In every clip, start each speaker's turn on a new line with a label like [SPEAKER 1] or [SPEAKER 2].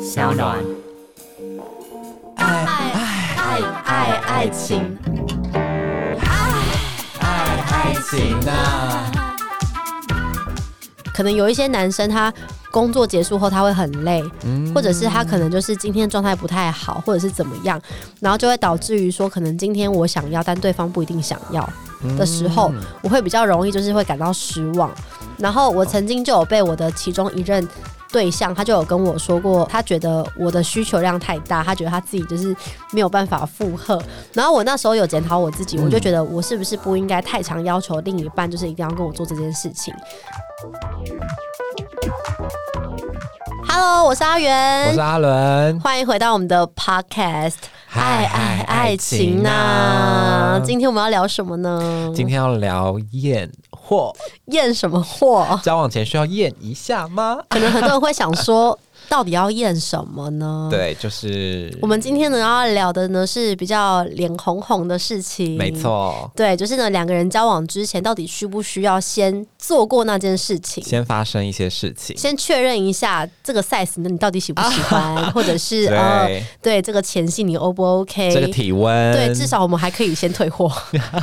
[SPEAKER 1] 小暖，
[SPEAKER 2] 爱爱爱爱情，
[SPEAKER 1] 爱爱情啊，
[SPEAKER 3] 可能有一些男生他工作结束后他会很累，或者是他可能就是今天状态不太好，或者是怎么样，然后就会导致于说，可能今天我想要，但对方不一定想要的时候，
[SPEAKER 1] 嗯
[SPEAKER 3] 我会比较容易就是会感到失望。然后我曾经就有被我的其中一任。对象他就有跟我说过，他觉得我的需求量太大，他觉得他自己就是没有办法负荷。然后我那时候有检讨我自己，我就觉得我是不是不应该太常要求另一半，就是一定要跟我做这件事情。Hello，我是阿元，
[SPEAKER 1] 嗯我是阿伦，
[SPEAKER 3] 欢迎回到我们的 Podcast。爱爱爱情啊呐、
[SPEAKER 1] 呐
[SPEAKER 3] 今天我们要聊什么呢？
[SPEAKER 1] 今天要聊验货，
[SPEAKER 3] 验什么货？
[SPEAKER 1] 交往前需要验一下吗？
[SPEAKER 3] 可能很多人会想说，到底要验什么呢？。
[SPEAKER 1] 对，就是
[SPEAKER 3] 我们今天呢要聊的呢是比较脸红红的事情，
[SPEAKER 1] 没。错，
[SPEAKER 3] 对，就是呢，两个人交往之前，到底需不需要先做过那件事情，
[SPEAKER 1] 先发生一些事情，
[SPEAKER 3] 先确认一下这个 size，那你到底喜不喜欢， 或者是呃，
[SPEAKER 1] 对，
[SPEAKER 3] 对这个前戏你 O 不 OK？
[SPEAKER 1] 这个体温，
[SPEAKER 3] 对，至少我们还可以先退 货，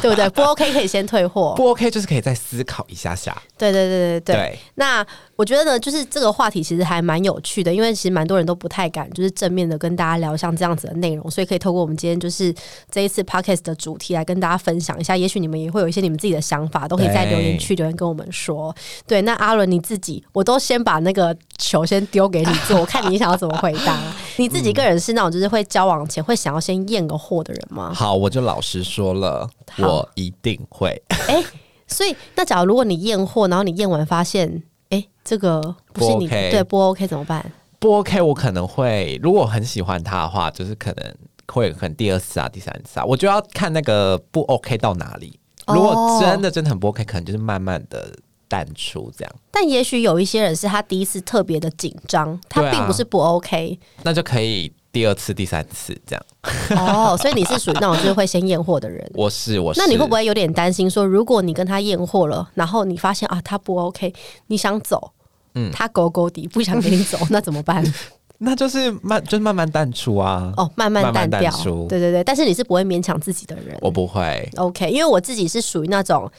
[SPEAKER 3] 对不对？不 OK 可以先退货。
[SPEAKER 1] 不 OK，就是可以再思考一下下，
[SPEAKER 3] 对对对对对。
[SPEAKER 1] 对，
[SPEAKER 3] 那我觉得呢，就是这个话题其实还蛮有趣的，因为其实蛮多人都不太敢，就是正面的跟大家聊像这样子的内容，所以可以透过我们今天就是这一次 podcast 的主题来跟大家分享一下，也许你们也会有一些你们自己的想法，都可以在留言区留言跟我们说。对，那阿伦你自己，我都先把那个球先丢给你做，我看你想要怎么回答。 你自己个人是那种就是会交往前会想要先验个货的人 吗？
[SPEAKER 1] 好，我就老实说了，
[SPEAKER 3] 好
[SPEAKER 1] 我一定会，
[SPEAKER 3] 哎、所以那假如如果你验货，然后你验完发现，哎、这个不是
[SPEAKER 1] 不
[SPEAKER 3] 你
[SPEAKER 1] OK
[SPEAKER 3] 对不 OK 怎么办？
[SPEAKER 1] 不 OK，我可能会，如果很喜欢他的话，就是可能会可能第二次啊、第三次啊，我就要看那个不 OK 到哪里。
[SPEAKER 3] 哦
[SPEAKER 1] 如果真的真的很不 OK，可能就是慢慢的淡出这样，
[SPEAKER 3] 但也许有一些人是他第一次特别的紧张，他
[SPEAKER 1] 对啊
[SPEAKER 3] 并不是不 OK、
[SPEAKER 1] 那就可以第二次、第三次这样。
[SPEAKER 3] 哦，所以你是属于那种就是会先验货的人。
[SPEAKER 1] 我是 我是，
[SPEAKER 3] 那你会不会有点担心说如果你跟他验货了，然后你发现啊他不 OK，你想走，嗯，他勾勾底不想给你走，那怎 么办？
[SPEAKER 1] 那就是慢，就是慢慢淡出啊。
[SPEAKER 3] 哦，慢慢
[SPEAKER 1] 慢
[SPEAKER 3] 淡
[SPEAKER 1] 慢
[SPEAKER 3] 掉，
[SPEAKER 1] 淡出
[SPEAKER 3] 对对对。但是你是不会勉强自己的人，
[SPEAKER 1] 我不会，
[SPEAKER 3] OK，因为我自己是属于那种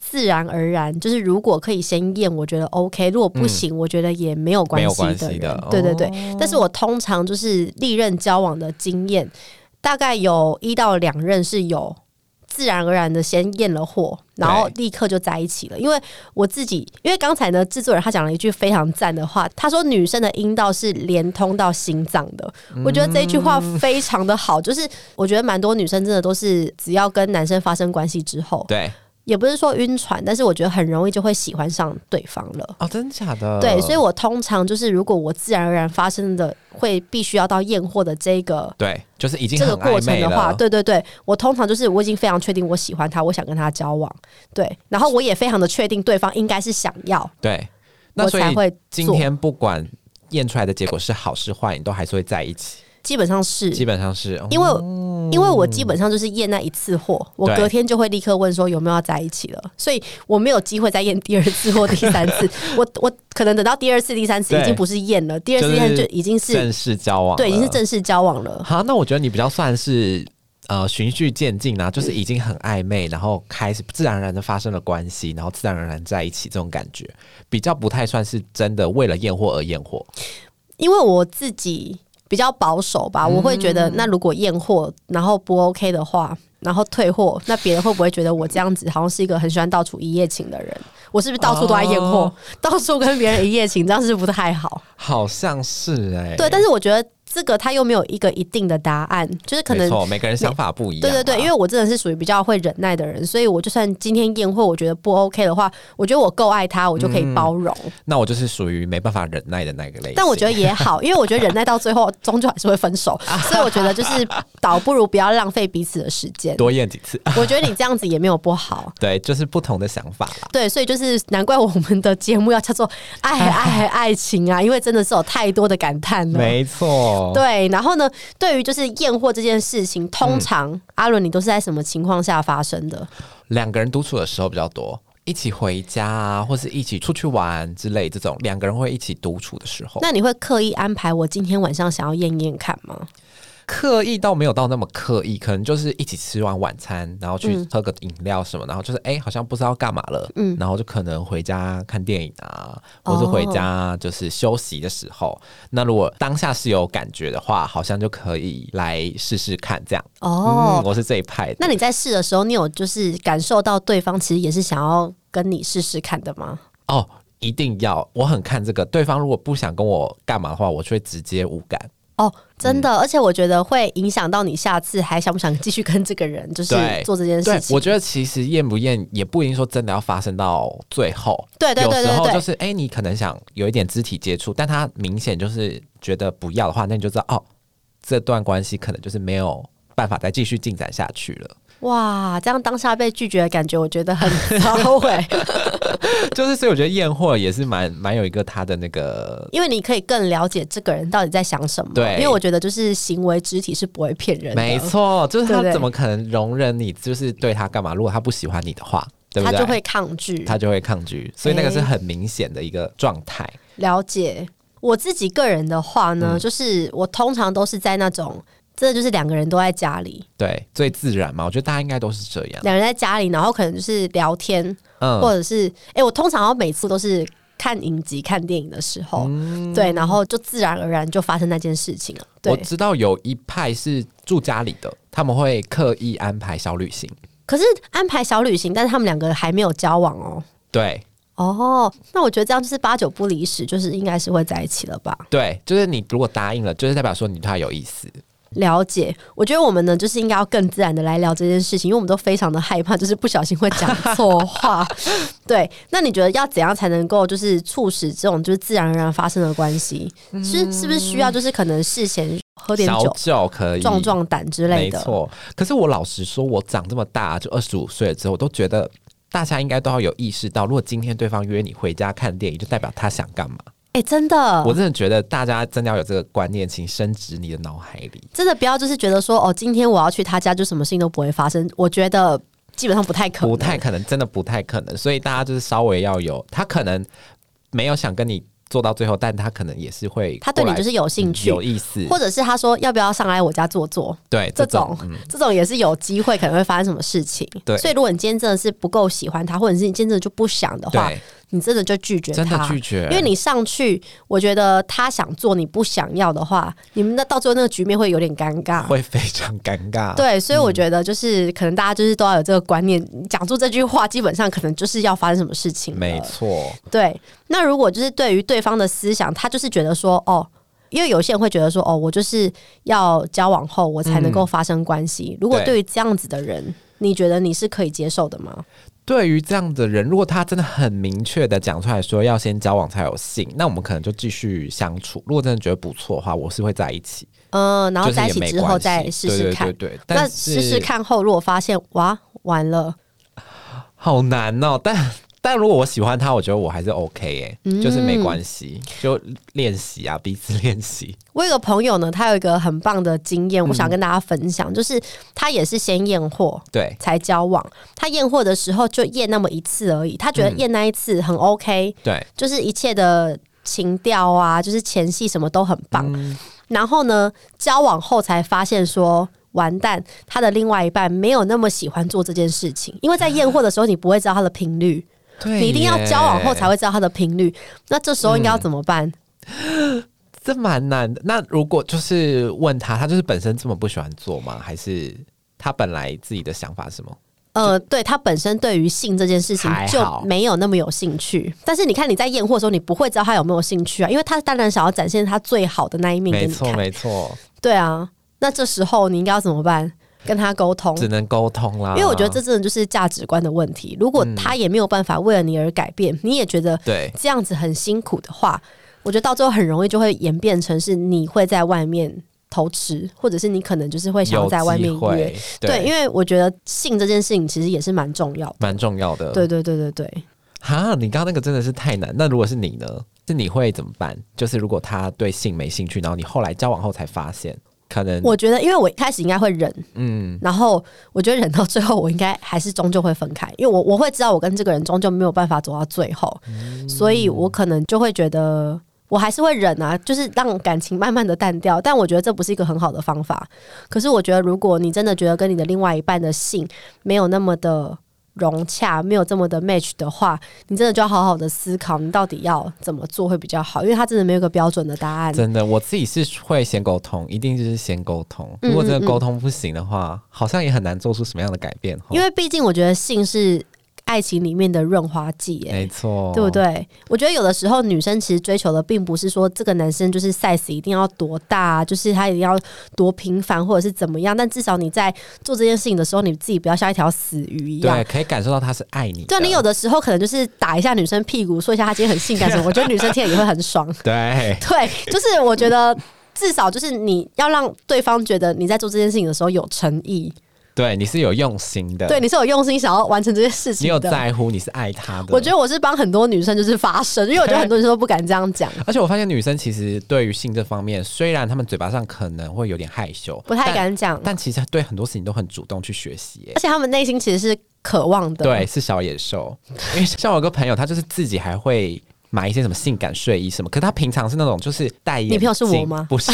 [SPEAKER 3] 自然而然，就是如果可以先验，我觉得 OK；如果不行，我觉得也嗯没有关系的
[SPEAKER 1] 没
[SPEAKER 3] 哦
[SPEAKER 1] 有
[SPEAKER 3] 人。
[SPEAKER 1] 关系的
[SPEAKER 3] 对对对，但是我通常就是历任交往的经验，大概有一到两任是有。自然而然的先验了货，然后立刻就在一起了。因为我自己，因为刚才呢，制作人他讲了一句非常赞的话，他说女生的阴道是连通到心脏的。我觉得这一句话非常的好，就是我觉得蛮多女生真的都是只要跟男生发生关系之后，
[SPEAKER 1] 对
[SPEAKER 3] 也不是说晕船，但是我觉得很容易就会喜欢上对方了。
[SPEAKER 1] 哦，真假的？
[SPEAKER 3] 对，所以我通常就是，如果我自然而然发生的，会必须要到验货的这个
[SPEAKER 1] 对，就是已经
[SPEAKER 3] 这
[SPEAKER 1] 很
[SPEAKER 3] 个
[SPEAKER 1] 暧
[SPEAKER 3] 过程
[SPEAKER 1] 昧
[SPEAKER 3] 的话，
[SPEAKER 1] 了。
[SPEAKER 3] 对对对，我通常就是我已经非常确定我喜欢他，我想跟他交往，对，然后我也非常的确定对方应该是想要，
[SPEAKER 1] 对，那
[SPEAKER 3] 我
[SPEAKER 1] 所以
[SPEAKER 3] 才会
[SPEAKER 1] 今
[SPEAKER 3] 做
[SPEAKER 1] 天不管验出来的结果是好是坏，你都还是会在一起，
[SPEAKER 3] 基本上是
[SPEAKER 1] 基本上是哦
[SPEAKER 3] 因为因为我基本上就是验那一次货，我
[SPEAKER 1] 对
[SPEAKER 3] 隔天就会立刻问说有没有要在一起了，所以我没有机会再验第二次或第三 次。我我可能等到第二次、第三次
[SPEAKER 1] 对
[SPEAKER 3] 已经不是验了，第二次、第三次就已经是
[SPEAKER 1] 正式交往，
[SPEAKER 3] 对，已经是。正式交往了。
[SPEAKER 1] 好，那我觉得你比较算是呃循序渐进啊，就是已经很暧昧，然后开始自然而然的发生了关系，然后自然而然在一起这种感觉，比较不太算是真的为了验货而验货。
[SPEAKER 3] 因为我自己比较保守
[SPEAKER 1] 嗯
[SPEAKER 3] 吧，我会觉得那如果验货然后不 OK 的话，然后退货，那别人会不会觉得我这样子好像是一个很喜欢到处一夜情的人？我是不是到处都在验货，
[SPEAKER 1] 哦
[SPEAKER 3] 到处跟别人一夜情，这样是不是不太好？
[SPEAKER 1] 好像是哎、
[SPEAKER 3] 对，但是我觉得这个他又没有一个一定的答案，就是可能
[SPEAKER 1] 没。错，每个人想法不一样
[SPEAKER 3] 对
[SPEAKER 1] 啊、
[SPEAKER 3] 对对，因为我真的是属于比较会忍耐的人，所以我就算今天验货，我觉得不 OK 的话，我觉得我够爱他，我就
[SPEAKER 1] 嗯
[SPEAKER 3] 可以包容。
[SPEAKER 1] 那我就是属于没办法忍耐的那个类型。
[SPEAKER 3] 但我觉得也好，因为我觉得忍耐到最后，终究还是会分 手，所以我觉得就是倒不如不要浪费彼此的时间。
[SPEAKER 1] 多验几次，
[SPEAKER 3] 我觉得你这样子也没有不好。
[SPEAKER 1] 对，就是不同的想法啦。
[SPEAKER 3] 对，所以就是难怪我们的节目要叫做“ 爱爱爱情”啊，因为真的是有太多的感叹了。
[SPEAKER 1] 没错，
[SPEAKER 3] 对，然后呢，对于就是验货这件事情，
[SPEAKER 1] 嗯
[SPEAKER 3] 通常、阿伦你都是在什么情况下发生的？
[SPEAKER 1] 哦两个人独处的时候比较多。一起回家啊，或是一起出去玩之类，这种两个人会一起独处的时候，
[SPEAKER 3] 那你会刻意安排我今天晚上想要验验看吗？
[SPEAKER 1] 刻意倒没有到那么刻意，可能就是一起吃完晚餐，然后去喝个饮料什么，然后就是哎、好像不知道干嘛了，
[SPEAKER 3] 嗯
[SPEAKER 1] 然后就可能回家看电影啊，或是回家就是休息的时候。那如果当下是有感觉的话，好像就可以来试试看这样。
[SPEAKER 3] 哦
[SPEAKER 1] 嗯，，我是这一派的。
[SPEAKER 3] 那你在试的时候，你有就是感受到对方其实也是想要跟你试试看的吗？
[SPEAKER 1] 哦，一定要，我很看这个。对方如果不想跟我干嘛的话，我就会直接无感。
[SPEAKER 3] 哦，真
[SPEAKER 1] 嗯
[SPEAKER 3] 的，而且我觉得会影响到你下次还想不想继续跟这个人就是
[SPEAKER 1] 对
[SPEAKER 3] 做这件
[SPEAKER 1] 对
[SPEAKER 3] 事，情。
[SPEAKER 1] 我觉得其实验不验也不一定说真的要发生到最后。
[SPEAKER 3] 对对对
[SPEAKER 1] 有时
[SPEAKER 3] 对
[SPEAKER 1] 候
[SPEAKER 3] 对
[SPEAKER 1] 就是哎、诶你可能想有一点肢体接触，但他明显就是觉得不要的话，那你就知道哦，这段关系可能就是没有办法再继续进展下去了。
[SPEAKER 3] 哇，这样当下被拒绝的感觉，我觉得很 糟哎、
[SPEAKER 1] 就是所以我觉得验货也是蛮蛮有一个他的那个。
[SPEAKER 3] 因为你可以更了解这个人到底在想什么。
[SPEAKER 1] 对
[SPEAKER 3] 因为我觉得就是行为肢体是不会骗人的，
[SPEAKER 1] 没错，就是
[SPEAKER 3] 对
[SPEAKER 1] 他
[SPEAKER 3] 对
[SPEAKER 1] 怎么可能容忍你？就是对他干嘛？如果他不喜欢你的话，对不
[SPEAKER 3] 他
[SPEAKER 1] 对？
[SPEAKER 3] 就会抗拒。
[SPEAKER 1] 他就会抗拒，所以那个是
[SPEAKER 3] 诶
[SPEAKER 1] 很明显的一个状态。
[SPEAKER 3] 了解。我自己个人的话呢，
[SPEAKER 1] 嗯
[SPEAKER 3] 就是我通常都是在那种，真的就是两个人都在家里，
[SPEAKER 1] 对，最自然嘛，我觉得大家应该都是这样。
[SPEAKER 3] 两人在家里，然后可能就是聊天，
[SPEAKER 1] 嗯，
[SPEAKER 3] 或者是哎、诶我通常每次都是看影集、看电影的时候，对，然后就自然而然就发生那件事情了。
[SPEAKER 1] 嗯我
[SPEAKER 3] 对，
[SPEAKER 1] 知道有一派是住家里的，他们会刻意安排小旅行。
[SPEAKER 3] 可是安排小旅行，但是他们两个还没有交往哦。
[SPEAKER 1] 对
[SPEAKER 3] 哦，那我觉得这样就是八九不离十，就是应该是会在一起了吧？
[SPEAKER 1] 对，就是你如果答应了，就是代表说你对他有意思。
[SPEAKER 3] 了解，我觉得我们呢，就是应该要更自然的来聊这件事情，因为我们都非常的害怕，就是不小心会讲错话。对，那你觉得要怎样才能够就是促使这种就是自然而然发生的关系？是是不是需要就是可能事前喝点
[SPEAKER 1] 小
[SPEAKER 3] 酒、
[SPEAKER 1] 酒可以
[SPEAKER 3] 壮壮胆之类
[SPEAKER 1] 没
[SPEAKER 3] 的？
[SPEAKER 1] 错。可是我老实说，我长这么大，就二十五岁了之后，我都觉得大家应该都要有意识到，如果今天对方约你回家看电影，就代表他想干嘛。
[SPEAKER 3] 哎、真的
[SPEAKER 1] 我，真的觉得大家真的要有这个观念，请深植你的脑海里。
[SPEAKER 3] 真的不要就是觉得说哦，今天我要去他家，就什么事情都不会发生。我觉得基本上不太可能，
[SPEAKER 1] 不太可能，真的不太可能。所以大家就是稍微要有，他可能没有想跟你做到最后，但他可能也是会
[SPEAKER 3] 他对
[SPEAKER 1] 过来
[SPEAKER 3] 你就是有兴趣。
[SPEAKER 1] 有意思，
[SPEAKER 3] 或者是他说要不要上来我家坐坐，
[SPEAKER 1] 对
[SPEAKER 3] 这
[SPEAKER 1] 这嗯
[SPEAKER 3] 种、这种也是有机会可能会发生什么事情。
[SPEAKER 1] 对
[SPEAKER 3] 所以如果你今天真的是不够喜欢他，或者是你今天真的就不想的话，
[SPEAKER 1] 对，
[SPEAKER 3] 你真的就拒绝他，
[SPEAKER 1] 真的拒绝，
[SPEAKER 3] 因为你上去，我觉得他想做你不想要的话，你们那到最后那个局面会有点尴尬。
[SPEAKER 1] 会啊嗯非常尴尬。
[SPEAKER 3] 对，所以我觉得就是、可能大家就是都要有这个观念，讲出这句话，基本上可能就是要发生什么事情了。
[SPEAKER 1] 没错，
[SPEAKER 3] 对，那如果就是对于对方的思想，他就是觉得说，哦，因为有些人会觉得说，哦，我就是要交往后我才能够发生关系。如果
[SPEAKER 1] 嗯对
[SPEAKER 3] 对于这样子的人，你觉得你是可以接受的吗？
[SPEAKER 1] 对于这样的人，如果他真的很明确的讲出来说要先交往才有性，那我们可能就继续相处。如果真的觉得不错的话，我是会在一起，
[SPEAKER 3] 嗯，然后
[SPEAKER 1] 就是
[SPEAKER 3] 在一
[SPEAKER 1] 也
[SPEAKER 3] 起
[SPEAKER 1] 没
[SPEAKER 3] 之后
[SPEAKER 1] 关系
[SPEAKER 3] 再试试看。
[SPEAKER 1] 对对对对，
[SPEAKER 3] 那
[SPEAKER 1] 但
[SPEAKER 3] 试
[SPEAKER 1] 是
[SPEAKER 3] 试看后，如果发现哇完了，
[SPEAKER 1] 好难哦，但但如果我喜欢他，我觉得我还是 OK 哎、就是没关系，就练习啊，彼此练习。
[SPEAKER 3] 我有个朋友呢，他有一个很棒的经验，我
[SPEAKER 1] 嗯
[SPEAKER 3] 想跟大家分享，就是他也是先验货，
[SPEAKER 1] 对，
[SPEAKER 3] 才交往，他验货的时候就验那么一次而已，他觉得
[SPEAKER 1] 嗯
[SPEAKER 3] 验那一次很 OK，、
[SPEAKER 1] 对，
[SPEAKER 3] 就是一切的情调啊，就是前戏什么都很棒。
[SPEAKER 1] 嗯
[SPEAKER 3] 然后呢，交往后才发现说。完蛋，他的另外一半没有那么喜欢做这件事情，因为在验货的时候你不会知道他的频率，
[SPEAKER 1] 对
[SPEAKER 3] 你一定要交往后才
[SPEAKER 1] 会。
[SPEAKER 3] 会知道他的频率。那这时候应该要怎么办？
[SPEAKER 1] 嗯这蛮难的。那如果就是问他，他就是本身这么不喜欢做吗？还是他本来自己的想法是什么？
[SPEAKER 3] 呃，对他本身对于性这件事情
[SPEAKER 1] 还
[SPEAKER 3] 就
[SPEAKER 1] 好
[SPEAKER 3] 没有那么有兴趣，但是你看你在验货的时候，你不会知道他有没有兴趣啊，因为他当然想要展现他最好的那一面给
[SPEAKER 1] 没
[SPEAKER 3] 你
[SPEAKER 1] 错，
[SPEAKER 3] 看。
[SPEAKER 1] 没错，
[SPEAKER 3] 对啊，那这时候你应该要怎么办？跟他沟通，
[SPEAKER 1] 只能沟通啦。
[SPEAKER 3] 因为我觉得这真的就是价值观的问题。如果他也没有办法为了你而改变，你也觉得
[SPEAKER 1] 对
[SPEAKER 3] 这样子很辛苦的话，我觉得到最后很容易就会演变成是你会在外面偷吃，或者是你可能就是会想
[SPEAKER 1] 有
[SPEAKER 3] 要在外面
[SPEAKER 1] 机
[SPEAKER 3] 约
[SPEAKER 1] 会。
[SPEAKER 3] 对，因
[SPEAKER 1] 为
[SPEAKER 3] 为我觉得性这件事情其实也是蛮重要的。
[SPEAKER 1] 蛮重要的。
[SPEAKER 3] 对对对对对，
[SPEAKER 1] 哈，你刚刚那个真的是太难。那如果是你呢？是你会怎么办？就是如果他对性没兴趣，然后你后来交往后才发现，可能
[SPEAKER 3] 我觉得，因为我一开始应该会忍，
[SPEAKER 1] 嗯
[SPEAKER 3] 然后我觉得忍到最后，我应该还是终究会分开，因为我我会知道我跟这个人终究没有办法走到最后，所以我可能就会觉得我还是会忍啊，就是让感情慢慢的淡掉。但我觉得这不是一个很好的方法。可是我觉得，如果你真的觉得跟你的另外一半的性没有那么的融洽，没有这么的 match 的话，你真的就要好好的思考，你到底要怎么做会比较好，因为他真的没有一个标准的答案。
[SPEAKER 1] 真的我自己是会先沟通，一定就是先沟通。
[SPEAKER 3] 嗯
[SPEAKER 1] 如果这
[SPEAKER 3] 嗯嗯
[SPEAKER 1] 个沟通不行的话，好像也很难做出什么样的改变。吼
[SPEAKER 3] 因为毕竟我觉得性是爱情里面的润滑剂、耶。
[SPEAKER 1] 没错，
[SPEAKER 3] 对不？对？我觉得有的时候女生其实追求的并不是说这个男生就是 size 一定要多大啊，就是他一定要多频繁或者是怎么样，但至少你在做这件事情的时候，你自己不要像一条死鱼一样
[SPEAKER 1] 对，。可以感受到他是爱你的。
[SPEAKER 3] 对你有的时候可能就是打一下女生屁股，说一下她今天很性感什么，我觉得女生听了也会很爽。
[SPEAKER 1] 对，
[SPEAKER 3] 对，就是我觉得至少就是你要让对方觉得你在做这件事情的时候有诚意，
[SPEAKER 1] 对，你是有用心的，
[SPEAKER 3] 对，，你是有用心想要完成这件事情
[SPEAKER 1] 你有
[SPEAKER 3] 的。
[SPEAKER 1] 在乎，你是爱他的。
[SPEAKER 3] 我觉得我是帮很多女生就是发声，因为我觉得很多女生都不敢这样 讲。
[SPEAKER 1] 而且我发现女生其实对于性这方面，虽然她们嘴巴上可能会有点害羞，
[SPEAKER 3] 不太
[SPEAKER 1] 但，
[SPEAKER 3] 敢讲，
[SPEAKER 1] 但其实对很多事情都很主动去学习、耶
[SPEAKER 3] 而且他们内心其实是渴望的。
[SPEAKER 1] 对，，是小野 兽。因为像我有个朋友，他就是自己还会买一些什么性感睡衣什么，可他平常是那种就是戴眼镜，
[SPEAKER 3] 你朋友是我 吗
[SPEAKER 1] 不是，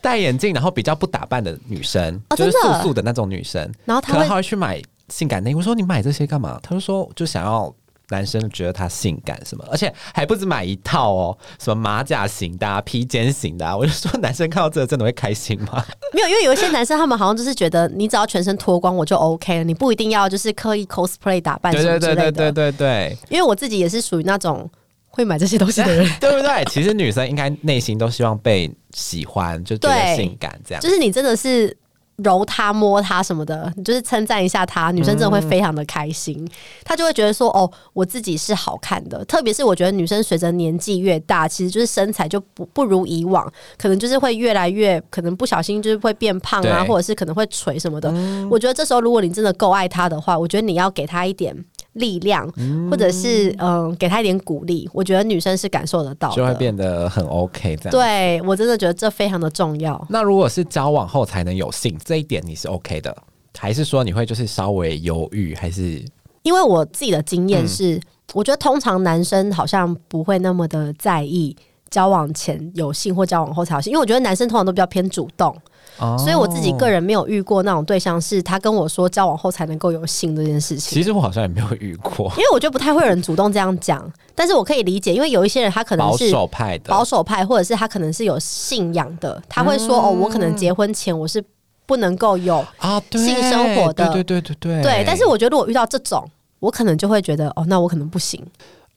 [SPEAKER 1] 戴眼镜然后比较不打扮的女生，
[SPEAKER 3] 哦
[SPEAKER 1] 就是
[SPEAKER 3] 真的
[SPEAKER 1] 素素的那种女生。
[SPEAKER 3] 然后
[SPEAKER 1] 可
[SPEAKER 3] 他
[SPEAKER 1] 能他
[SPEAKER 3] 会
[SPEAKER 1] 会去买性感内衣。我说你买这些干嘛？他就说就想要男生觉得他性感什么，而且还不止买一套哦，什么马甲型的、啊、披肩型的、啊。我就说男生看到这个真的会开心吗？
[SPEAKER 3] 没有，因为有一些男生他们好像就是觉得你只要全身脱光我就 OK 了，你不一定要就是刻意 cosplay 打扮
[SPEAKER 1] 对
[SPEAKER 3] 什
[SPEAKER 1] 对
[SPEAKER 3] 么之
[SPEAKER 1] 对
[SPEAKER 3] 类的。
[SPEAKER 1] 对对对对，
[SPEAKER 3] 因为我自己也是属于那种会买这些东西的人，
[SPEAKER 1] 对不对？其实女生应该内心都希望被喜欢，就觉得
[SPEAKER 3] 对
[SPEAKER 1] 性感这样
[SPEAKER 3] 就。是你真的是。揉他、摸他什么的，你就是称赞一下他，女生真的会非常的开心，她就会觉得说：“哦，我自己是好看的。”特别是我觉得女生随着年纪越大，其实就是身材就不不如以往，可能就是会越来越，可能不小心就是会变胖啊，
[SPEAKER 1] 对嗯
[SPEAKER 3] 或者是可能会垂什么的。我觉得这时候如果你真的够爱她的话，我觉得你要给她一点力量，或者是嗯，给她一点鼓励。我觉得女生是感受得到的，
[SPEAKER 1] 就会变得很 OK 这样。。
[SPEAKER 3] 对我真的觉得这非常的重要。
[SPEAKER 1] 那如果是交往后才能有性，这一点你是 OK 的，还是说你会就是稍微犹豫，还是
[SPEAKER 3] 因为我自己的经
[SPEAKER 1] 嗯
[SPEAKER 3] 验是，我觉得通常男生好像不会那么的在意。交往前有性或交往后才有性，因为我觉得男生通常都比较偏主动，
[SPEAKER 1] 哦
[SPEAKER 3] 所以我自己个人没有遇过那种对象是他跟我说交往后才能够有性这件事情，
[SPEAKER 1] 其实我好像也没有遇过
[SPEAKER 3] 因为我觉得不太会有人主动这样讲，但是我可以理解，因为有一些人他可能
[SPEAKER 1] 保
[SPEAKER 3] 是
[SPEAKER 1] 守派的，
[SPEAKER 3] 保守派，或者是他可能是有信仰的，他会说、
[SPEAKER 1] 嗯
[SPEAKER 3] 哦，我可能结婚前我是不能够有
[SPEAKER 1] 啊，对
[SPEAKER 3] 性生活的
[SPEAKER 1] 对对对对对
[SPEAKER 3] 对，但是我觉得如果遇到这种，我可能就会觉得哦，那我可能不行。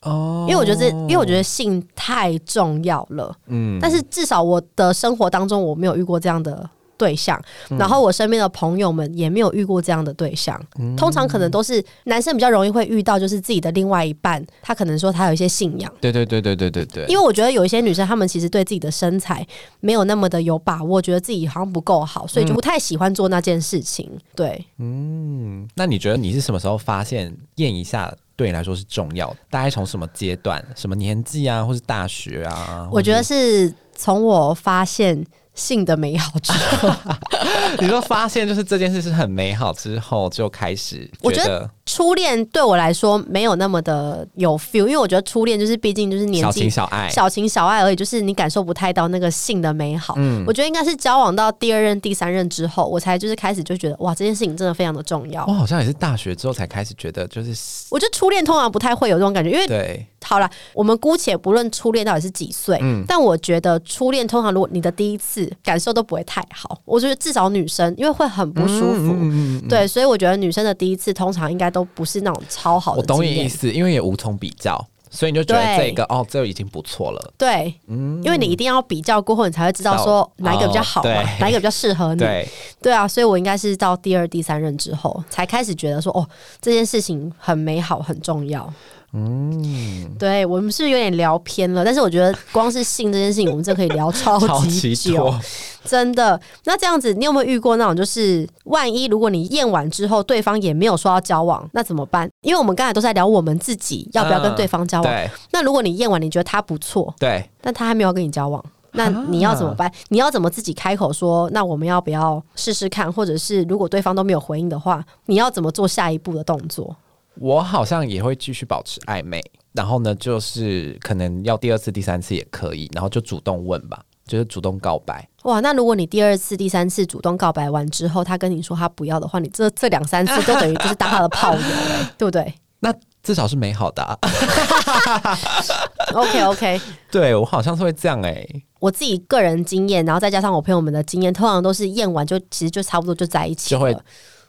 [SPEAKER 1] 哦
[SPEAKER 3] 因为我觉得这，因为我觉得性太重要了。
[SPEAKER 1] 嗯
[SPEAKER 3] 但是至少我的生活当中，我没有遇过这样的对象，
[SPEAKER 1] 嗯
[SPEAKER 3] 然后我身边的朋友们也没有遇过这样的对象。
[SPEAKER 1] 嗯
[SPEAKER 3] 通常可能都是男生比较容易会遇到，就是自己的另外一半，他可能说他有一些信仰。
[SPEAKER 1] 对对对对对对对，
[SPEAKER 3] 因为我觉得有一些女生，她们其实对自己的身材没有那么的有把握，觉得自己好像不够好，所以就不太喜欢做那件事情。对，
[SPEAKER 1] 嗯那你觉得你是什么时候发现验一下对你来说是重要的？大概从什么阶段、什么年纪啊，或是大学啊？
[SPEAKER 3] 我觉得是从我发现性的美好之后。
[SPEAKER 1] 或是你说发现就是这件事是很美好之后就开始，
[SPEAKER 3] 我觉
[SPEAKER 1] 得
[SPEAKER 3] 初恋对我来说没有那么的有 feel，因为我觉得初恋就是毕竟就是年
[SPEAKER 1] 小
[SPEAKER 3] 纪
[SPEAKER 1] 情小爱，
[SPEAKER 3] 小情小爱而已，就是你感受不太到那个性的美好。
[SPEAKER 1] 嗯
[SPEAKER 3] 我觉得应该是交往到第二任、第三任之后，我才就是开始就觉得哇，这件事情真的非常的重要
[SPEAKER 1] 我。好像也是大学之后才开始觉得就是
[SPEAKER 3] 我觉得初恋通常不太会有这种感觉，因为
[SPEAKER 1] 对
[SPEAKER 3] 好了，我们姑且不论初恋到底是几岁，
[SPEAKER 1] 嗯
[SPEAKER 3] 但我觉得初恋通常如果你的第一次感受都不会太好，我觉得至少女生因为会很不舒
[SPEAKER 1] 嗯
[SPEAKER 3] 服，对，所以我觉得女生的第一次通常应该都不是那种超好
[SPEAKER 1] 我
[SPEAKER 3] 的
[SPEAKER 1] 懂
[SPEAKER 3] 经
[SPEAKER 1] 你意
[SPEAKER 3] 验。
[SPEAKER 1] 思，因为也无从比较，所以你就觉得
[SPEAKER 3] 对
[SPEAKER 1] 这个哦，这已经不错了。
[SPEAKER 3] 对，
[SPEAKER 1] 嗯
[SPEAKER 3] 因为你一定要比较过后，你才会知道说
[SPEAKER 1] 到
[SPEAKER 3] 哪一个比较好嘛，
[SPEAKER 1] 哦对
[SPEAKER 3] 哪一个比较适合你。
[SPEAKER 1] 对，
[SPEAKER 3] 对啊，所以我应该是到第二、第三任之后，才开始觉得说，哦，这件事情很美好，很重要。嗯，对我们是不是有点聊偏了，但是我觉得光是性这件事情，我们真的可以聊超
[SPEAKER 1] 超
[SPEAKER 3] 级
[SPEAKER 1] 级
[SPEAKER 3] 久，
[SPEAKER 1] 多。
[SPEAKER 3] 真的。那这样子，你有没有遇过那种，就是万一如果你验完之后，对方也没有说要交往，那怎么办？因为我们刚才都在聊我们自己要不要跟
[SPEAKER 1] 嗯
[SPEAKER 3] 对方交往。
[SPEAKER 1] 对
[SPEAKER 3] 那如果你验完，你觉得他不错，
[SPEAKER 1] 对，
[SPEAKER 3] 但他还没有跟你交往，那你要怎么办？你要怎么自己开口说？那我们要不要试试看？或者是如果对方都没有回应的话，你要怎么做下一步的动作？
[SPEAKER 1] 我好像也会继续保持暧昧，然后呢，就是可能要第二次、第三次也可以，然后就主动问吧，就是主动告白。
[SPEAKER 3] 哇，那如果你第二次、第三次主动告白完之后，他跟你说他不要的话，你这这两三次都等于就是当他的炮友、欸，对不对
[SPEAKER 1] 那至少是美好的、啊，
[SPEAKER 3] ？OK OK，
[SPEAKER 1] 对我好像是会这样哎、
[SPEAKER 3] 我自己个人经验，然后再加上我朋友们的经验，通常都是验完就其实就差不多就在一起了
[SPEAKER 1] 就会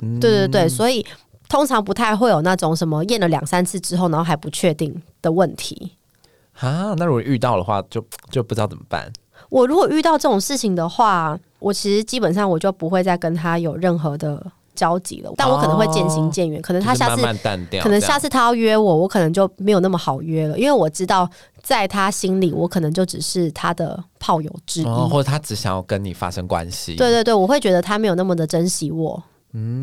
[SPEAKER 1] 嗯
[SPEAKER 3] 对对对，所以通常不太会有那种什么验了两三次之后，然后还不确定的问题。
[SPEAKER 1] 啊，那如果遇到的话，就就不知道怎么办。
[SPEAKER 3] 我如果遇到这种事情的话，我其实基本上我就不会再跟他有任何的交集了，但我可能会渐行渐远，可能他
[SPEAKER 1] 就是
[SPEAKER 3] 下次
[SPEAKER 1] 慢慢淡掉，
[SPEAKER 3] 可能
[SPEAKER 1] 这样
[SPEAKER 3] 下次他要约我，我可能就没有那么好约了，因为我知道在他心里，我可能就只是他的炮友之一。
[SPEAKER 1] 哦，或者他只想要跟你发生关系。
[SPEAKER 3] 嗯对对对，我会觉得他没有那么的珍惜我。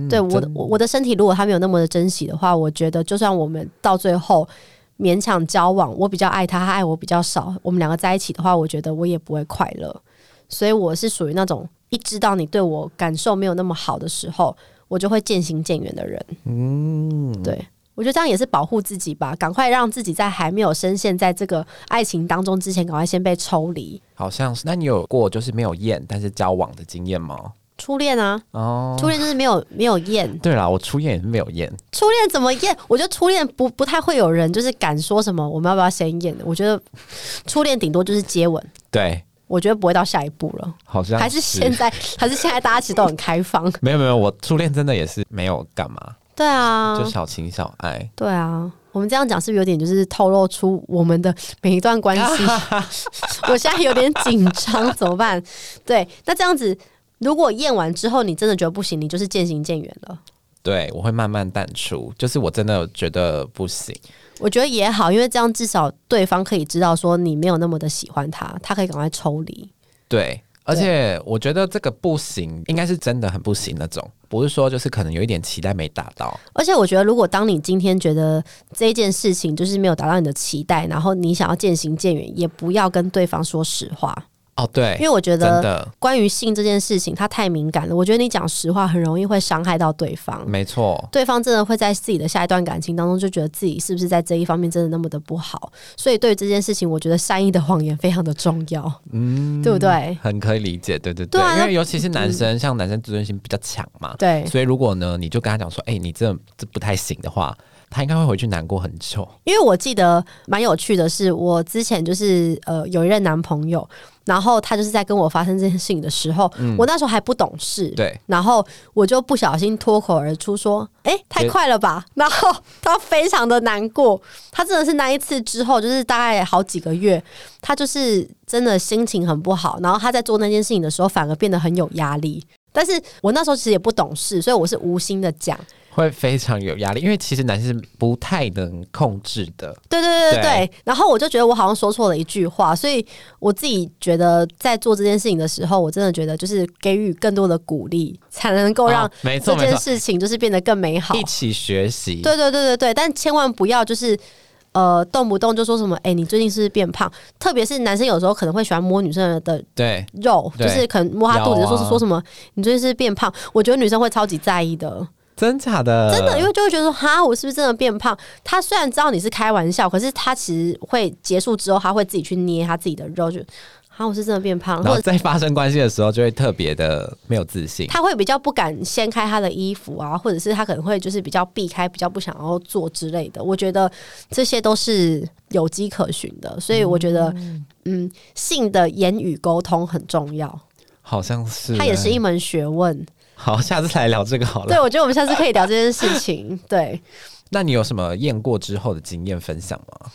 [SPEAKER 3] 对我的我我的身体，如果他没有那么的珍惜的话，我觉得就算我们到最后勉强交往，我比较爱他，他爱我比较少，我们两个在一起的话，我觉得我也不会快乐。所以我是属于那种一知道你对我感受没有那么好的时候，我就会渐行渐远的人。嗯，对。我觉得这样也是保护自己吧，赶快让自己在还没有深陷在这个爱情当中之前，赶快先被抽离。
[SPEAKER 1] 好像是。那你有过就是没有验，但是交往的经验吗？
[SPEAKER 3] 初恋啊，
[SPEAKER 1] 哦，
[SPEAKER 3] 初恋就是没有没有验，
[SPEAKER 1] 对啦，我初验也是没有验，
[SPEAKER 3] 初恋怎么验？我觉得初恋不不太会有人就是敢说什么我们要不要先验的。我觉得初恋顶多就是接吻，
[SPEAKER 1] 对，
[SPEAKER 3] 我觉得不会到下一步了。
[SPEAKER 1] 好像
[SPEAKER 3] 还是现在，还是现在大家其实都很开放。
[SPEAKER 1] 没有没有，我初恋真的也是没有干嘛，
[SPEAKER 3] 对啊
[SPEAKER 1] 就，小情小爱。
[SPEAKER 3] 对啊。我们这样讲是不是有点就是透露出我们的每一段关系？我现在有点紧张，怎么办？对，那这样子，如果验完之后你真的觉得不行，你就是渐行渐远了。
[SPEAKER 1] 对，我会慢慢淡出，就是我真的觉得不行。
[SPEAKER 3] 我觉得也好，因为这样至少对方可以知道说你没有那么的喜欢他，他可以赶快抽离。
[SPEAKER 1] 对，而且我觉得这个不行，应该是真的很不行那种，不是说就是可能有一点期待没达到。
[SPEAKER 3] 而且我觉得，如果当你今天觉得这件事情就是没有达到你的期待，然后你想要渐行渐远，也不要跟对方说实话，
[SPEAKER 1] 哦，
[SPEAKER 3] 因
[SPEAKER 1] 对，
[SPEAKER 3] 为我觉
[SPEAKER 1] 真
[SPEAKER 3] 得
[SPEAKER 1] 的
[SPEAKER 3] 关于性这件事情，它太敏感了。我觉得你讲实话很容易会伤害到对方。
[SPEAKER 1] 没错，
[SPEAKER 3] 对方真的会在自己的下一段感情当中，就觉得自己是不是在这一方面真的那么的不好，所以对于这件事情，我觉得善意的谎言非常的重要，嗯，对不对？
[SPEAKER 1] 很可以理解。对对对，
[SPEAKER 3] 对啊
[SPEAKER 1] 因
[SPEAKER 3] 那
[SPEAKER 1] 为尤其是男生，像男生自尊心比较强嘛，
[SPEAKER 3] 对，
[SPEAKER 1] 所以如果呢，你就跟他讲说，哎、你这这不太行的话，他应该会回去难过很久。
[SPEAKER 3] 因为我记得蛮有趣的是，我之前就是呃有一任男朋友，然后他就是在跟我发生这件事情的时候，我那时候还不懂事，
[SPEAKER 1] 对，
[SPEAKER 3] 然后我就不小心脱口而出说：“哎、太快了吧！”然后他非常的难过，他真的是那一次之后，就是大概好几个月，他就是真的心情很不好，然后他在做那件事情的时候，反而变得很有压力。但是我那时候其实也不懂事，所以我是无心的讲，
[SPEAKER 1] 会非常有压力，因为其实男生是不太能控制的。
[SPEAKER 3] 对对对
[SPEAKER 1] 对
[SPEAKER 3] 对对，然后我就觉得我好像说错了一句话，所以我自己觉得在做这件事情的时候，我真的觉得就是给予更多的鼓励，才能够让
[SPEAKER 1] 哦没
[SPEAKER 3] 这
[SPEAKER 1] 错没
[SPEAKER 3] 件
[SPEAKER 1] 错，
[SPEAKER 3] 事情就是变得更美好。
[SPEAKER 1] 一起学习。
[SPEAKER 3] 对对对对对，但千万不要就是。呃，动不动就说什么，哎、你最近是不是变胖？特别是男生有时候可能会喜欢摸女生的
[SPEAKER 1] 对
[SPEAKER 3] 肉，就
[SPEAKER 1] 对
[SPEAKER 3] 是可能摸她肚子，
[SPEAKER 1] 有
[SPEAKER 3] 就
[SPEAKER 1] 啊
[SPEAKER 3] 说是说什么、你最近是不是变胖？我觉得女生会超级在意的。
[SPEAKER 1] 真假的？
[SPEAKER 3] 真的，因为就会觉得说，哈，我是不是真的变胖？他虽然知道你是开玩笑，可是他其实会结束之后，他会自己去捏他自己的肉，就哈，我是真的变胖，
[SPEAKER 1] 然
[SPEAKER 3] 或
[SPEAKER 1] 后
[SPEAKER 3] 者
[SPEAKER 1] 在发生关系的时候，就会特别的没有自信。
[SPEAKER 3] 他会比较不敢掀开他的衣服啊，或者是他可能会就是比较避开，比较不想要做之类的。我觉得这些都是有迹可循的，所以我觉得，嗯，性的言语沟通很重要，
[SPEAKER 1] 好像是，
[SPEAKER 3] 它也是一门学问。
[SPEAKER 1] 好，下次来聊这个好了
[SPEAKER 3] 对，。我觉得我们下次可以聊这件事情。对，
[SPEAKER 1] 那你有什么验过之后的经验分享吗？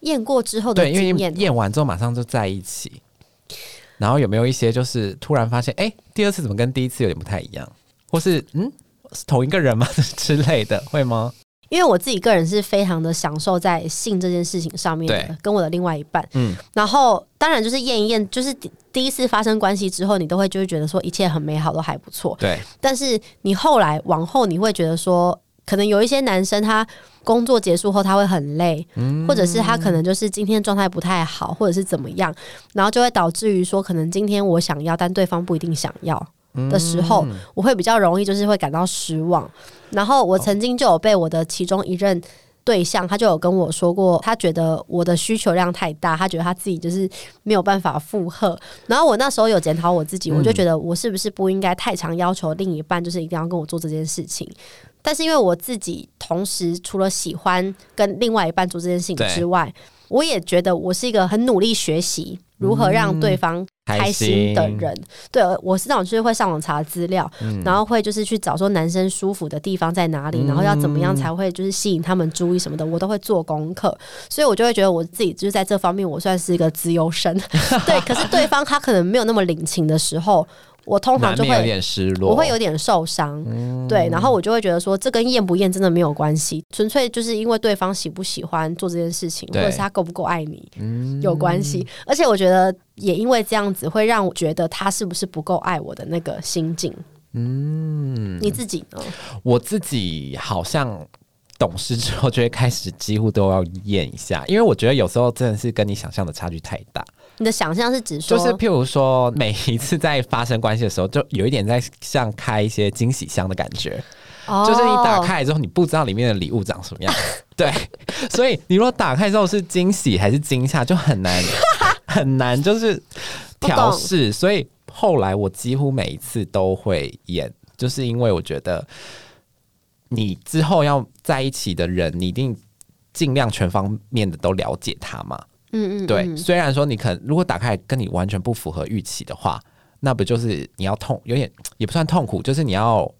[SPEAKER 3] 验过之后的
[SPEAKER 1] 对，因
[SPEAKER 3] 经
[SPEAKER 1] 为
[SPEAKER 3] 验，
[SPEAKER 1] 验完之后马上就在一起，然后有没有一些就是突然发现，哎、第二次怎么跟第一次有点不太一样，或是嗯，是同一个人吗 之类的，会吗？
[SPEAKER 3] 因为我自己个人是非常的享受在性这件事情上面的
[SPEAKER 1] 对，
[SPEAKER 3] 跟我的另外一半。
[SPEAKER 1] 嗯，
[SPEAKER 3] 然后当然就是验一验，就是第第一次发生关系之后，你都会就会觉得说一切很美好，都还不错。
[SPEAKER 1] 对，
[SPEAKER 3] 但是你后来往后，你会觉得说。可能有一些男生他工作结束后他会很累，
[SPEAKER 1] 嗯
[SPEAKER 3] 或者是他可能就是今天状态不太好，或者是怎么样，然后就会导致于说，可能今天我想要，但对方不一定想要。的时候，我会比较容易就是会感到失望。然后我曾经就有被我的其中一任对象，他就有跟我说过，他觉得我的需求量太大，他觉得他自己就是没有办法负荷。然后我那时候有检讨我自己，我就觉得我是不是不应该太常要求另一半，就是一定要跟我做这件事情。但是因为我自己同时除了喜欢跟另外一半做这件事情
[SPEAKER 1] 对
[SPEAKER 3] 之外，我也觉得我是一个很努力学习如何让对方开心的人。对，我是那种就是会上网查资料，
[SPEAKER 1] 嗯
[SPEAKER 3] 然后会就是去找说男生舒服的地方在哪里，然后要怎么样才会就是吸引他们注意什么的，我都会做功课，所以我就会觉得我自己就是在这方面我算是一个资优生。对，可是对方他可能没有那么领情的时候，我通常
[SPEAKER 1] 难
[SPEAKER 3] 就
[SPEAKER 1] 免有
[SPEAKER 3] 会。
[SPEAKER 1] 点失落，嗯
[SPEAKER 3] 我会有点受伤，对，然后我就会觉得说，这跟厌不厌真的没有关系，纯粹就是因为对方喜不喜欢做这件事情，或
[SPEAKER 1] 对嗯
[SPEAKER 3] 者是他够不够爱你、有关系。而且我觉得也因为这样子，会让我觉得他是不是不够爱我的那个心境。嗯，你自己呢？
[SPEAKER 1] 我自己好像懂事之后，就会开始几乎都要验一下，因为我觉得有时候真的是跟你想象的差距太大。
[SPEAKER 3] 你的想象是指说，
[SPEAKER 1] 就是譬如说，每一次在发生关系的时候，就有一点在像开一些惊喜箱的感觉，
[SPEAKER 3] 哦
[SPEAKER 1] 就是你打开来之后，你不知道里面的礼物长什么样子。对，所以你如果打开之后是惊喜还是惊吓，就很难很难就是
[SPEAKER 3] 不懂
[SPEAKER 1] 调试。所以后来我几乎每一次都会演，就是因为我觉得你之后要在一起的人，你一定尽量全方面的都了解他嘛。
[SPEAKER 3] 嗯，嗯嗯，
[SPEAKER 1] 对，虽然说你可能如果打开来跟你完全不符合预期的话，那不就是你要痛，有点也不算痛苦，就是你要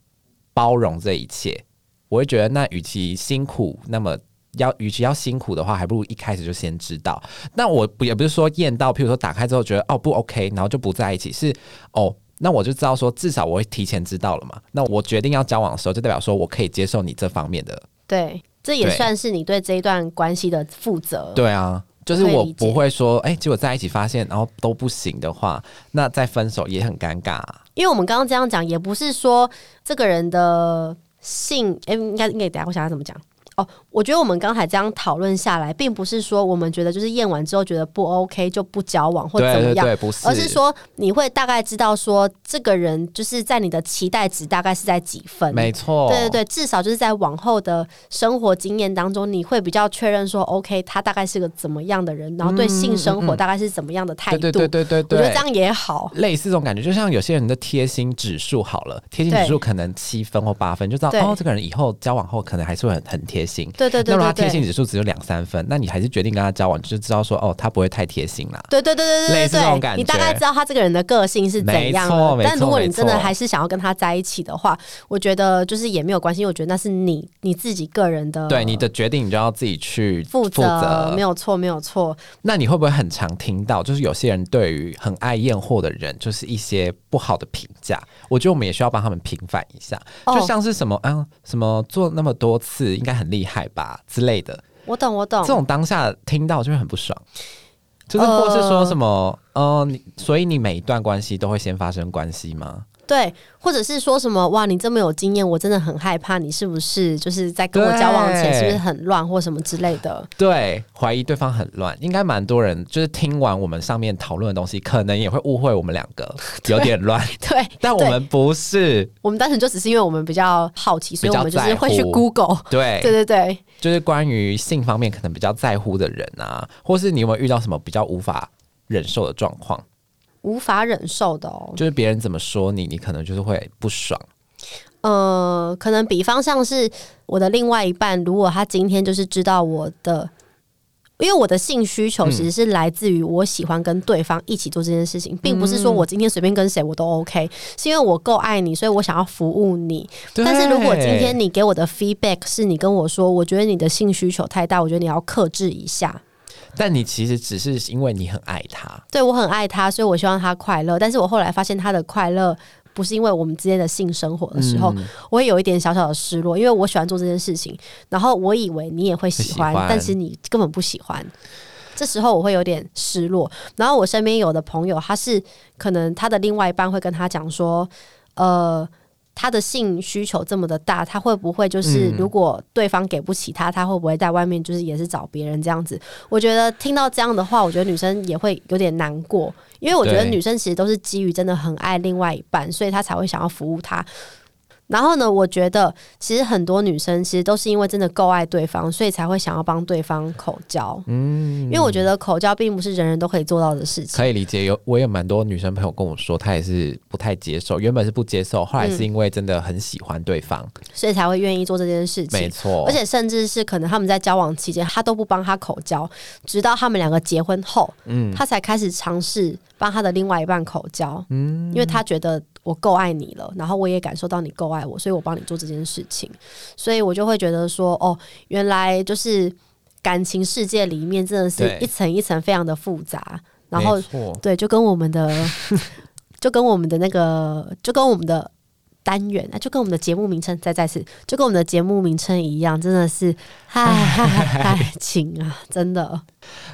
[SPEAKER 1] 包容这一切。我会觉得，那与其辛苦，那么要与其要辛苦的话，还不如一开始就先知道。那我不也不是说验到，譬如说打开之后觉得哦不 OK，然后就不在一起，是哦。那我就知道说，至少我会提前知道了嘛。那我决定要交往的时候，就代表说我可以接受你这方面的
[SPEAKER 3] 对，这也
[SPEAKER 1] 对
[SPEAKER 3] 算是你对这一段关系的负责。
[SPEAKER 1] 对啊，就是
[SPEAKER 3] 可以
[SPEAKER 1] 我
[SPEAKER 3] 理解
[SPEAKER 1] 不会说，哎、结果在一起发现，然后都不行的话，那再分手也很尴尬、
[SPEAKER 3] 因为我们刚刚这样讲，也不是说这个人的性，哎、应该应该等一下我想要怎么讲。哦，我觉得我们刚才这样讨论下来，并不是说我们觉得就是验完之后觉得不 OK 就不交往或怎
[SPEAKER 1] 对
[SPEAKER 3] 么
[SPEAKER 1] 对
[SPEAKER 3] 样，
[SPEAKER 1] 对，不是，
[SPEAKER 3] 而是说你会大概知道说这个人就是在你的期待值大概是在几分。
[SPEAKER 1] 没错，
[SPEAKER 3] 对对对，至少就是在往后的生活经验当中，你会比较确认说，OK，他大概是个怎么样的人，然后对性生活大概是怎么样的态度。
[SPEAKER 1] 对对对对
[SPEAKER 3] 我
[SPEAKER 1] 对
[SPEAKER 3] 觉得这样也好。
[SPEAKER 1] 类似这种感觉，就像有些人的贴心指数好了，贴心指数可能七分或八分，就知道
[SPEAKER 3] 对
[SPEAKER 1] 哦，这个人以后交往后可能还是会很很贴心。
[SPEAKER 3] 对对对
[SPEAKER 1] 那如果他
[SPEAKER 3] 对
[SPEAKER 1] 贴
[SPEAKER 3] 对。
[SPEAKER 1] 心指数只有两三分，那你还是决定跟他交往，就知道说哦，他不会太贴心啦。
[SPEAKER 3] 对对对对对
[SPEAKER 1] 类似这
[SPEAKER 3] 对
[SPEAKER 1] 种
[SPEAKER 3] 对，
[SPEAKER 1] 感
[SPEAKER 3] 你大概
[SPEAKER 1] 觉
[SPEAKER 3] 知道他这个人的个性是怎样
[SPEAKER 1] 没
[SPEAKER 3] 了
[SPEAKER 1] 错。没
[SPEAKER 3] 但如
[SPEAKER 1] 错
[SPEAKER 3] 果你
[SPEAKER 1] 没
[SPEAKER 3] 真的
[SPEAKER 1] 错
[SPEAKER 3] 还是想要跟他在一起的话，我觉得就是也没有关系，因为我觉得那是你你自己个人的
[SPEAKER 1] 对你的决定，你就要自己去
[SPEAKER 3] 嗯负
[SPEAKER 1] 负责
[SPEAKER 3] 没有错，没有错。
[SPEAKER 1] 那你会不会很常听到，就是有些人对于很爱验货的人，就是一些不好的评价？我觉得我们也需要帮他们平反一下，
[SPEAKER 3] 哦
[SPEAKER 1] 就像是什么嗯，什么做那么多次应该很厉害吧之类的，
[SPEAKER 3] 我懂，我懂
[SPEAKER 1] 这。种当下听到就会很不爽。就是，或是说什么，嗯、你所以你每一段关系都会先发生关系吗？
[SPEAKER 3] 对，或者是说什么哇，你这么有经验，我真的很害怕，你是不是就是在跟我交往前
[SPEAKER 1] 对
[SPEAKER 3] 是不是很乱或什么之类的？
[SPEAKER 1] 对，怀疑对方很乱，应该蛮多人就是听完我们上面讨论的东西，可能也会误会我们两个有点乱，
[SPEAKER 3] 对，
[SPEAKER 1] 但我
[SPEAKER 3] 对
[SPEAKER 1] 们不是，
[SPEAKER 3] 我们单纯就只是因为我们比较好奇，所以
[SPEAKER 1] 比较
[SPEAKER 3] 我们就是
[SPEAKER 1] 在
[SPEAKER 3] 会去
[SPEAKER 1] 乎
[SPEAKER 3] Google。
[SPEAKER 1] 对
[SPEAKER 3] 对对对，
[SPEAKER 1] 就是关于性方面可能比较在乎的人啊，或是你有没有遇到什么比较无法忍受的状况？
[SPEAKER 3] 无法忍受的哦。
[SPEAKER 1] 就是别人怎么说你，你可能就是会不爽。
[SPEAKER 3] 呃，可能比方像是我的另外一半，如果他今天就是知道我的，因为我的性需求其实是来自于我喜欢跟对方一起做这件事情，并不是说我今天随便跟谁我都 OK，是因为我够爱你，所以我想要服务你。但是如果今天
[SPEAKER 1] 你
[SPEAKER 3] 你给我的 feedback 是你跟我说，我觉得你的性需求太大，我觉得你要克制一下。
[SPEAKER 1] 但你其实只是因为你很爱他，
[SPEAKER 3] 对我很爱他，所以我希望他快乐。但是我后来发现他的快乐不是因为我们之间的性生活的时候，
[SPEAKER 1] 嗯
[SPEAKER 3] 我会有一点小小的失落，因为我喜欢做这件事情，然后我以为你也会喜欢，
[SPEAKER 1] 会喜欢
[SPEAKER 3] 但是你根本不喜欢。这时候我会有点失落。然后我身边有的朋友，他是可能他的另外一半会跟他讲说，呃。他的性需求这么的大，他会不会就是
[SPEAKER 1] 嗯
[SPEAKER 3] 如果对方给不起他，他会不会在外面就是也是找别人这样子？我觉得听到这样的话，我觉得女生也会有点难过，因为我觉得
[SPEAKER 1] 对
[SPEAKER 3] 女生其实都是基于真的很爱另外一半，所以她才会想要服务他。然后呢，我觉得其实很多女生其实都是因为真的够爱对方，所以才会想要帮对方口交。嗯，因为我觉得口交并不是人人都可以做到的事情。
[SPEAKER 1] 可以理解，有我有蛮多女生朋友跟我说，她也是不太接受，原本是不接受，后来
[SPEAKER 3] 嗯
[SPEAKER 1] 是因为真的很喜欢对方，
[SPEAKER 3] 所以才会愿意做这件事
[SPEAKER 1] 没
[SPEAKER 3] 情。
[SPEAKER 1] 错，
[SPEAKER 3] 而且甚至是可能他们在交往期间，他都不帮他口交，直到他们两个结婚后，
[SPEAKER 1] 嗯
[SPEAKER 3] 他才开始尝试帮他的另外一半口交，
[SPEAKER 1] 嗯
[SPEAKER 3] 因为他觉得我够爱你了，然后我也感受到你够爱我，所以我帮你做这件事情，所以我就会觉得说，哦，原来就是感情世界里面真的是
[SPEAKER 1] 对
[SPEAKER 3] 一层一层非常的复杂，然后
[SPEAKER 1] 没错
[SPEAKER 3] 对，就跟我们 的，就跟我们的那个，就跟我们的单元啊，就跟我们的节目名称再再次，就跟我们的节目名称一样，真的是嗨嗨嗨 嗨情啊，真的，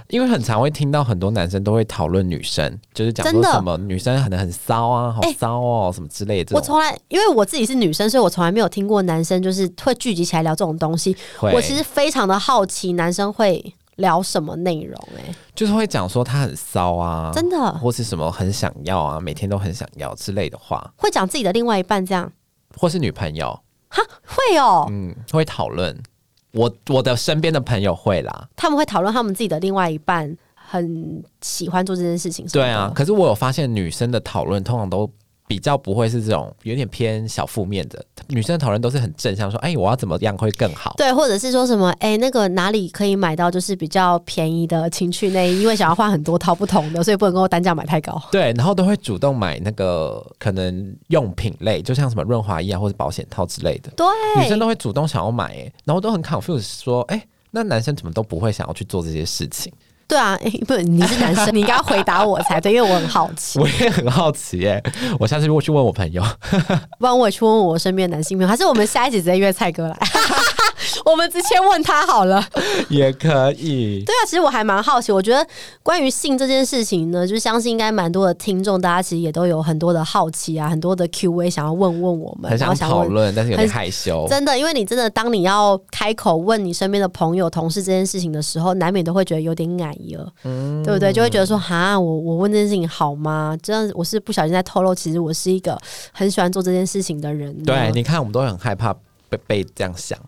[SPEAKER 1] 因为很常会听到很多男生都会讨论女生，就是讲
[SPEAKER 3] 真
[SPEAKER 1] 说
[SPEAKER 3] 的
[SPEAKER 1] 什么女生可能很骚啊，好
[SPEAKER 3] 哎
[SPEAKER 1] 骚哦、什么之类的
[SPEAKER 3] 我
[SPEAKER 1] 这种。
[SPEAKER 3] 从来因为我自己是女生，所以我从来没有听过男生就是会聚集起来聊这种东西。
[SPEAKER 1] 会
[SPEAKER 3] 我其实非常的好奇男生会聊什么内容、欸，
[SPEAKER 1] 就是会讲说她很骚啊，
[SPEAKER 3] 真的
[SPEAKER 1] 或是什么很想要啊，每天都很想要之类的话，
[SPEAKER 3] 会讲自己的另外一半这样，
[SPEAKER 1] 或是女朋友，
[SPEAKER 3] 会哦、
[SPEAKER 1] 嗯，会讨论。我我的身边的朋友会啦，
[SPEAKER 3] 他们会讨论他们自己的另外一半很喜欢做这件事情什么
[SPEAKER 1] 对
[SPEAKER 3] 的，
[SPEAKER 1] 啊。可是我有发现，女生的讨论通常都比较不会是这种有点偏小负面的，女生的讨论都是很正向，说哎，我要怎么样会更好。
[SPEAKER 3] 对，或者是说什么，哎、那个哪里可以买到就是比较便宜的情趣内衣？因为想要换很多套不同的，所以不能够单价买太高。
[SPEAKER 1] 对，然后都会主动买那个可能用品类，就像什么润滑液啊，或者保险套之类的，
[SPEAKER 3] 对，
[SPEAKER 1] 女生都会主动想要买、欸，然后都很 confused 说，哎、那男生怎么都不会想要去做这些事情？
[SPEAKER 3] 对啊，哎、不，你是男生，你应该要回答我才对，因为我很好奇。
[SPEAKER 1] 我也很好奇、欸，我下次如果去问我朋友，
[SPEAKER 3] 不然我也去问问我身边的男性朋友，还是我们下一集直接约蔡哥来？ 我们直接问他好了。
[SPEAKER 1] 也可以。
[SPEAKER 3] 对啊，其实我还蛮好奇，我觉得关于性这件事情呢，就是相信应该蛮多的听众，大家其实也都有很多的好奇啊，很多的 Q&A 想要问问我们，
[SPEAKER 1] 很
[SPEAKER 3] 然后
[SPEAKER 1] 想
[SPEAKER 3] 想
[SPEAKER 1] 讨
[SPEAKER 3] 问
[SPEAKER 1] 论，但是有点
[SPEAKER 3] 很
[SPEAKER 1] 害羞。
[SPEAKER 3] 真的，因为你真的当你要开口问你身边的朋友、同事这件事情的时候，难免都会觉得有点矮了，
[SPEAKER 1] 嗯
[SPEAKER 3] 对不对？就会觉得说，哈，我我问这件事情好吗？这样我是不小心在透露，其实我是一个很喜欢做这件事情的人呢。
[SPEAKER 1] 对，你看，我们都很害怕被被这样想，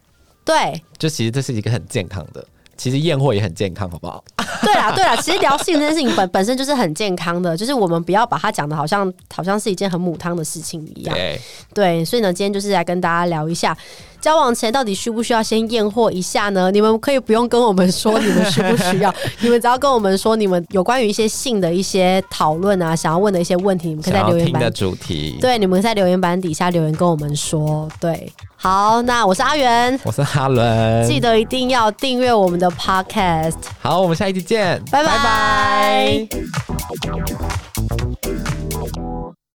[SPEAKER 3] 对
[SPEAKER 1] 就其实这是一个很健康的，其实验货也很健康，好不好？
[SPEAKER 3] 对啦，对啦，其实聊性这件事情本本身就是很健康的，就是我们不要把它讲的好像好像是一件很母汤的事情一样。
[SPEAKER 1] 对，
[SPEAKER 3] 对，所以呢，今天就是来跟大家聊一下，交往前到底需不需要先验货一下呢？你们可以不用跟我们说你们需不需 要，你们只要跟我们说你们有关于一些性的一些讨论啊，想要问的一些问题，你们可以
[SPEAKER 1] 想
[SPEAKER 3] 在
[SPEAKER 1] 要
[SPEAKER 3] 留言
[SPEAKER 1] 听的
[SPEAKER 3] 板。
[SPEAKER 1] 主题。，
[SPEAKER 3] 对，你们在留言板底下留言跟我们说。对，好，那我是阿元，
[SPEAKER 1] 我是哈伦，
[SPEAKER 3] 记得一定要订阅我们的 Podcast，
[SPEAKER 1] 好，我们下一期见，
[SPEAKER 3] 拜拜